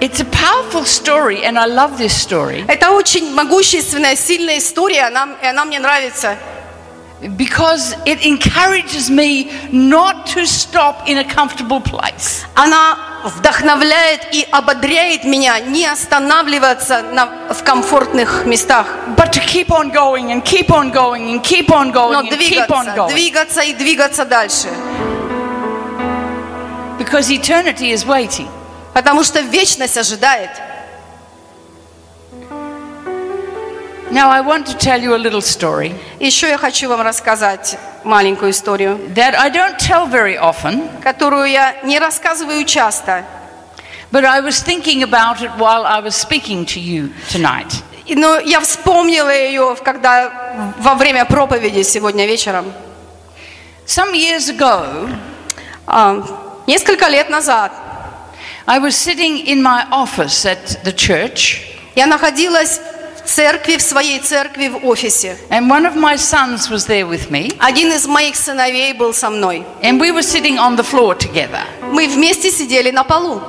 S1: It's a powerful story, and I love this story
S2: Это очень могущественная, сильная история, она, и она мне нравится.
S1: because it encourages me not to stop in a comfortable place.
S2: Она вдохновляет и ободряет меня не останавливаться на- в комфортных местах,
S1: But to keep on going and keep on going and keep on
S2: но
S1: going and keep on
S2: двигаться,
S1: going.
S2: двигаться и двигаться дальше.
S1: Because eternity is waiting.
S2: Потому что вечность ожидает.
S1: Now, I want to tell you a little story
S2: Еще я хочу вам рассказать маленькую историю,
S1: that I don't tell very often,
S2: которую я не рассказываю часто.
S1: but I was thinking about it while I was speaking to you tonight.
S2: И- Но я вспомнила ее, когда во время проповеди сегодня вечером.
S1: Some years ago,
S2: А, Несколько лет назад
S1: I was sitting in my office at the church,
S2: я находилась в церкви, в своей церкви в офисе.
S1: and one of my sons was there with me,
S2: Один из моих сыновей был со мной.
S1: and we were sitting on the floor together.
S2: Мы вместе сидели на полу.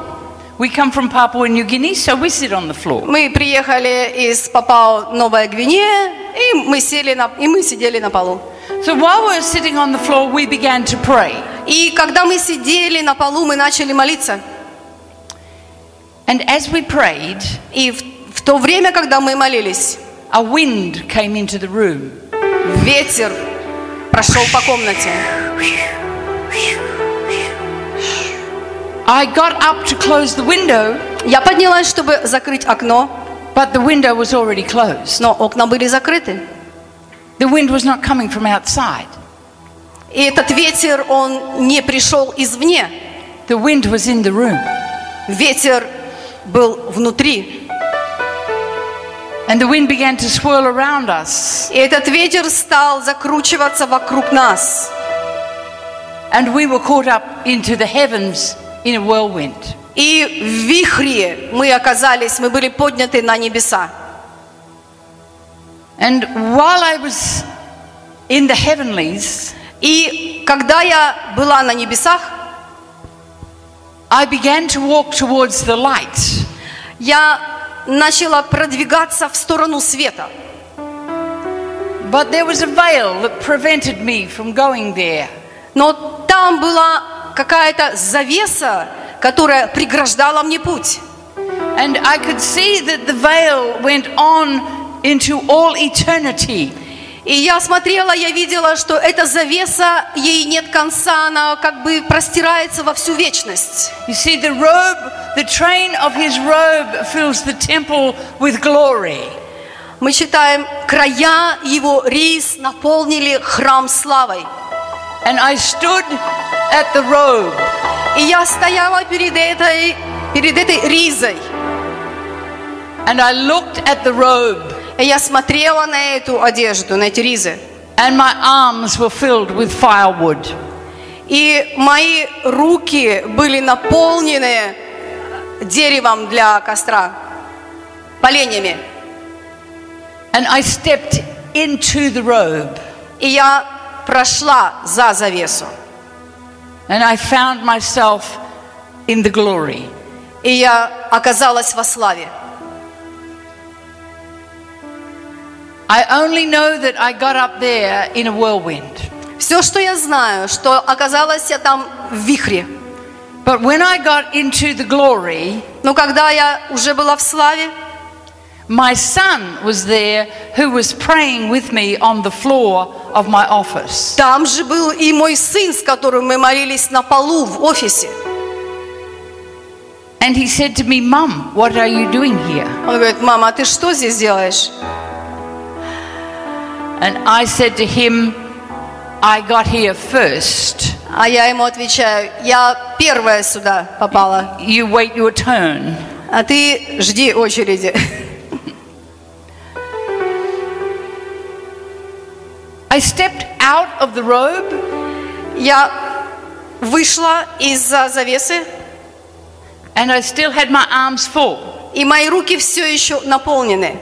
S1: We come from Papua New Guinea, so we sit on the floor.
S2: Мы приехали из Папао Новая Гвинея, и мы, сели на, и мы сидели на полу.
S1: So while we were sitting on the floor, we began to pray.
S2: И когда мы сидели на полу, мы начали молиться.
S1: And as we prayed,
S2: И в, в то время, когда мы молились,
S1: a wind came into the room.
S2: ветер прошел по комнате.
S1: I got up to close the window,
S2: Я поднялась, чтобы закрыть окно,
S1: but the window was already closed.
S2: но окна были закрыты.
S1: The wind was not coming from outside,
S2: И этот ветер, он не пришел извне.
S1: the wind was in the room.
S2: Ветер был внутри.
S1: And the wind began to swirl around us,
S2: И этот ветер стал закручиваться вокруг нас.
S1: and we were caught up into the heavens in a whirlwind.
S2: И в вихре мы оказались, мы были подняты на небеса.
S1: And while I was in the heavenlies,
S2: И когда я была на небесах,
S1: I began to walk towards the light.
S2: я начала продвигаться в сторону света.
S1: But there was a veil that prevented me from going there.
S2: Но там была какая-то завеса, которая преграждала мне путь.
S1: And I could see that the veil went on into all eternity.
S2: И я смотрела, я видела, что эта завеса, ей нет конца, она как бы простирается во всю вечность.
S1: You see, the robe, the train of his robe fills the temple with glory.
S2: Мы читаем, края его рис наполнили храм славой.
S1: And I stood at the robe,
S2: И я стояла перед этой, перед этой ризой.
S1: and I looked at the robe,
S2: И я смотрела на эту одежду, на эти ризы.
S1: and my arms were filled with firewood.
S2: И мои руки были наполнены деревом для костра, поленьями.
S1: And I stepped into the robe,
S2: И я прошла за завесу.
S1: and I found myself in the glory.
S2: И я оказалась во славе.
S1: I only know that I got up there in a whirlwind.
S2: Все, что я знаю, что оказалось я там в вихре.
S1: But when I got into the glory,
S2: Но когда я уже была в славе,
S1: my son was there who was praying with me on the floor of my office.
S2: там же был и мой сын, с которым мы молились на полу в офисе.
S1: And he said to me, Mum, what are you doing here?
S2: Он говорит, мама, а ты что здесь делаешь?
S1: And I said to him, I got here first.
S2: А я ему отвечаю, я первая сюда попала.
S1: You wait your turn.
S2: А ты жди очереди. [LAUGHS]
S1: I stepped out of the robe
S2: Я вышла из-за завесы,
S1: and I still had my arms full.
S2: и мои руки все еще наполнены.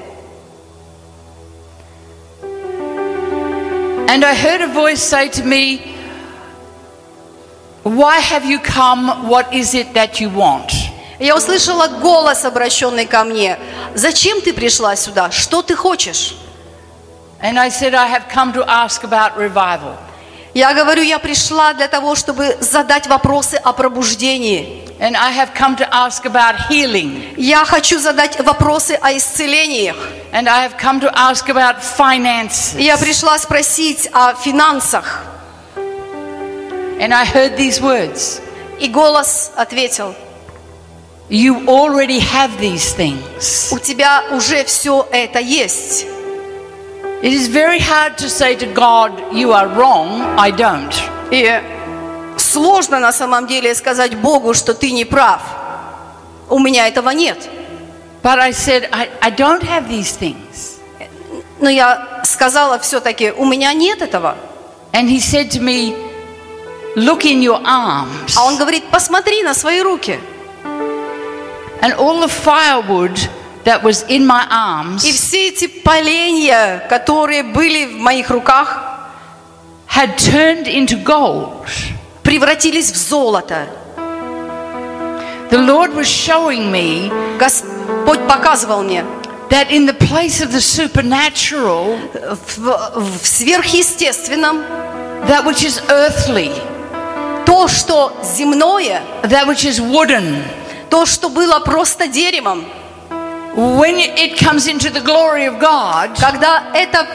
S1: And I heard a voice say to me, Why have you come? What is it that you want?
S2: Я услышала голос, обращенный ко мне. «Зачем ты пришла сюда? Что ты хочешь?»
S1: And I said, I have come to ask about revival.
S2: Я говорю, я пришла для того, чтобы задать вопросы о пробуждении.
S1: And I have come to ask about healing.
S2: Я хочу задать вопросы о исцелениях.
S1: And I have come to ask about finances.
S2: Я пришла спросить о финансах.
S1: And I heard these words
S2: И голос ответил,
S1: You already have these things.
S2: у тебя уже все это есть.
S1: It is very hard to say to God, You are wrong, I don't.
S2: И сложно на самом деле сказать Богу, что ты не прав. У меня этого нет.
S1: But I said, I, I don't have these things.
S2: Но я сказала все-таки, у меня нет этого.
S1: And he said to me, Look in your arms.
S2: А он говорит, посмотри на свои руки.
S1: And all the firewood that was in my
S2: И
S1: arms
S2: все эти поленья, которые были в моих руках,
S1: had turned into gold.
S2: превратились в золото.
S1: The Lord was showing me
S2: Господь показывал мне,
S1: that in the place of the supernatural,
S2: в, в сверхъестественном
S1: that which is earthly,
S2: то, что земное,
S1: that which is wooden,
S2: то, что было просто деревом,
S1: when it comes into the glory of God,
S2: когда это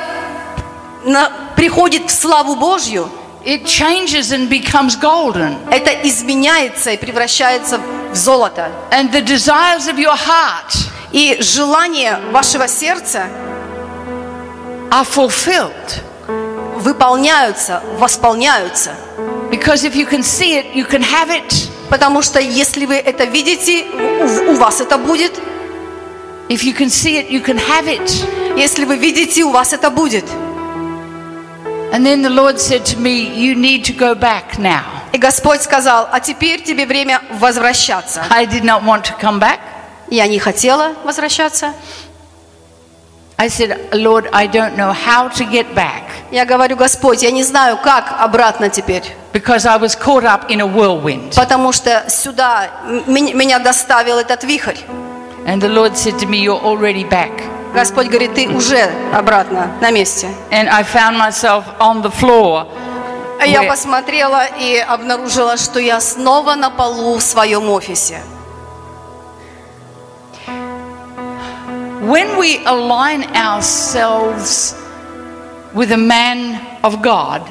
S2: на- приходит в славу Божью,
S1: it changes and becomes golden.
S2: это изменяется и превращается в золото.
S1: And the desires of your heart
S2: И желания вашего сердца
S1: are fulfilled.
S2: выполняются, восполняются.
S1: Because if you can see it, you can have it.
S2: Потому что если вы это видите, у, у вас это будет.
S1: If you can see it, you can have it.
S2: Если вы видите, у вас это будет.
S1: And then the Lord said to me, You need to go back now.
S2: И Господь сказал, а теперь тебе время возвращаться.
S1: I did not want to come back.
S2: Я не хотела возвращаться.
S1: I said, Lord, I don't know how to get back
S2: Я говорю, Господь, я не знаю, как обратно теперь,
S1: because I was caught up in a whirlwind.
S2: потому что сюда м- меня меня доставил этот вихрь.
S1: And the Lord said to me, You're already back.
S2: Господь говорит, ты уже обратно на месте.
S1: And I found myself on the floor.
S2: А Я
S1: Вы-
S2: посмотрела и обнаружила, что я снова на полу в своем офисе.
S1: When we align ourselves with a man of God,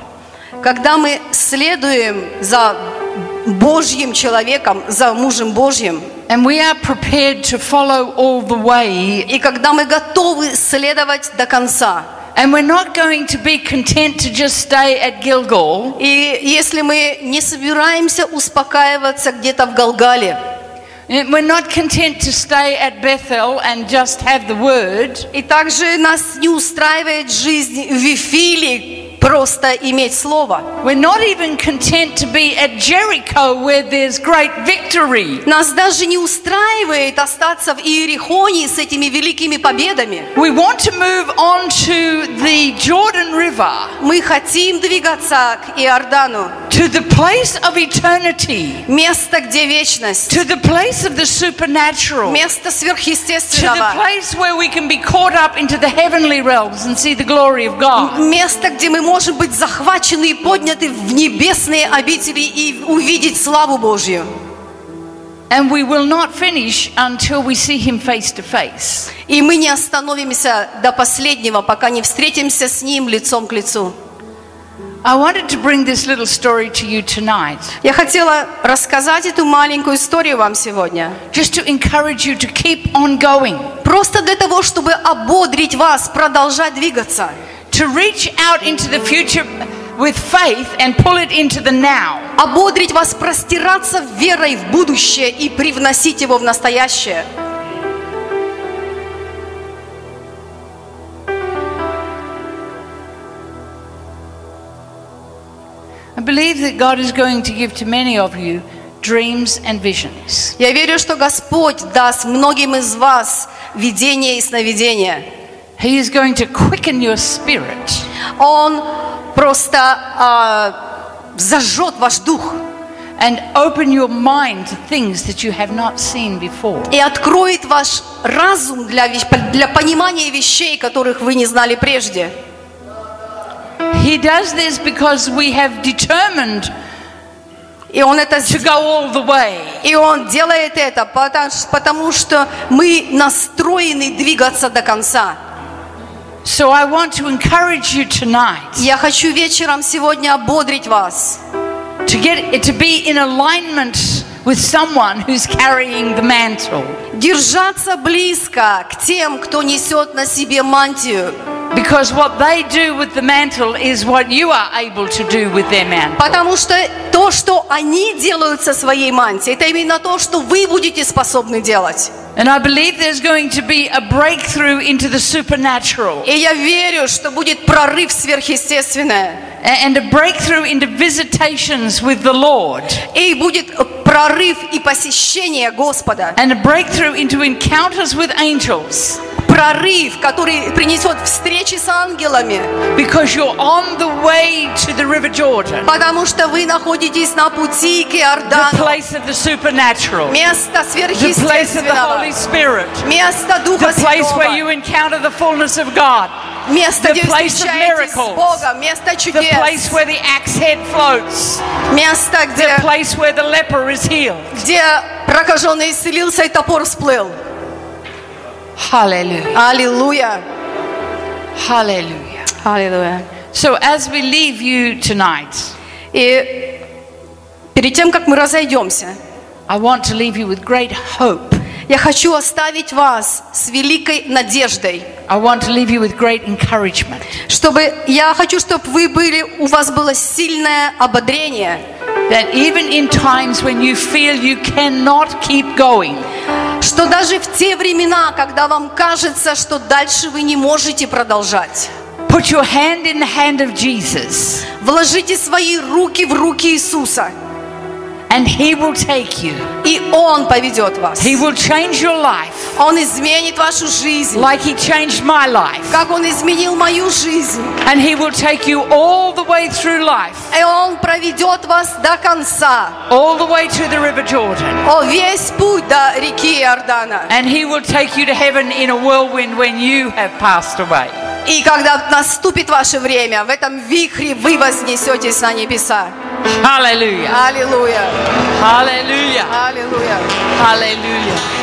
S2: Когда мы следуем за Божьим человеком, за мужем Божьим,
S1: and we are prepared to follow all the way,
S2: и когда мы готовы следовать до конца,
S1: and we're not going to be content to just stay at Gilgal.
S2: и если мы не собираемся успокаиваться где-то в Галгале,
S1: And We're not content to stay at Bethel and just have the word.
S2: И также нас не устраивает жизнь в эфире просто иметь слово.
S1: We're not even content to be at Jericho where there's great victory.
S2: Нас даже не устраивает остаться в Иерихоне с этими великими победами.
S1: We want to move on to the Jordan River,
S2: Мы хотим двигаться к Иордану,
S1: to the place of eternity,
S2: место, где вечность,
S1: to the place of the supernatural, to
S2: место
S1: the
S2: сверхъестественного,
S1: place where we can be caught up into the heavenly realms and see the glory of God.
S2: место, где мы можем быть захвачены и подняты в небесные обители и увидеть славу Божью.
S1: And we will not finish until we see him face to face.
S2: И мы не остановимся до последнего, пока не встретимся с Ним лицом к лицу.
S1: I wanted to bring this little story to you tonight
S2: Я хотела рассказать эту маленькую историю вам сегодня.
S1: just to encourage you to keep on going,
S2: Просто для того, чтобы ободрить вас, продолжать двигаться.
S1: to reach out into the future with faith and pull it into the now.
S2: Ободрить вас простираться верой в будущее и привносить его в настоящее.
S1: I believe that God is going to give to many of you dreams and visions.
S2: Я верю, что Господь даст многим из вас видение и сновидение.
S1: He is going to quicken your spirit.
S2: Он просто а, зажжет ваш дух
S1: and open your mind to things that you have not seen before.
S2: и откроет ваш разум для, вещ- для понимания вещей, которых вы не знали прежде.
S1: He does this because we have determined
S2: И он, это,
S1: to
S2: с-
S1: go all the way.
S2: и он делает это, потому, ш- потому что мы настроены двигаться до конца.
S1: So I want to encourage you tonight
S2: Я хочу вечером сегодня ободрить вас,
S1: to get to be in alignment with someone who's carrying the mantle
S2: держаться близко к тем, кто несет на себе мантию.
S1: because what they do with the mantle is what you are able to do with their mantle.
S2: Потому что то, что они делают со своей мантией, это именно то, что вы будете способны делать.
S1: And I believe there's going to be a breakthrough into the supernatural
S2: И я верю, что будет прорыв сверхъестественное.
S1: and a breakthrough into visitations with the Lord.
S2: И будет прорыв и посещение Господа.
S1: and a breakthrough into encounters with angels
S2: Прорыв, который принесет встречи с ангелами.
S1: because you're on the way to the River Jordan,
S2: Потому что вы находитесь на пути к
S1: the
S2: Иордану.
S1: place of the supernatural,
S2: Место
S1: the place of the Holy
S2: сверхъестественного.
S1: Spirit,
S2: Место Духа
S1: the place where
S2: Святого.
S1: you encounter the fullness of God,
S2: Место,
S1: the
S2: где
S1: place
S2: вы
S1: of
S2: встречаетесь с
S1: miracles.
S2: Богом. Место
S1: the place
S2: чудес.
S1: where the axe head floats,
S2: Место, где
S1: the place where the leper is healed.
S2: где прокаженный исцелился и топор всплыл.
S1: Hallelujah.
S2: Аллилуйя!
S1: Hallelujah.
S2: Аллилуйя!
S1: So as we leave you tonight,
S2: И перед тем, как мы разойдемся,
S1: I want to leave you with great hope.
S2: я хочу оставить вас с великой надеждой,
S1: I want to leave you with great encouragement.
S2: чтобы я хочу, чтобы вы были, у вас было сильное ободрение,
S1: that even in times when you feel you cannot keep going,
S2: что даже в те времена, когда вам кажется, что дальше вы не можете продолжать,
S1: put your hand in the hand of Jesus
S2: вложите свои руки в руки Иисуса,
S1: and He will take you.
S2: и Он поведет вас.
S1: He will change your life
S2: Он изменит вашу жизнь,
S1: like He changed my life.
S2: как Он изменил мою жизнь.
S1: And He will take you all the way through life,
S2: И Он проведет вас до конца.
S1: all the way to the River Jordan.
S2: О, весь путь до реки Иордана.
S1: And He will take you to heaven in a whirlwind when you have passed away.
S2: И когда наступит ваше время, в этом вихре вы вознесетесь на небеса.
S1: Hallelujah.
S2: Аллилуйя!
S1: Hallelujah.
S2: Аллилуйя!
S1: Hallelujah.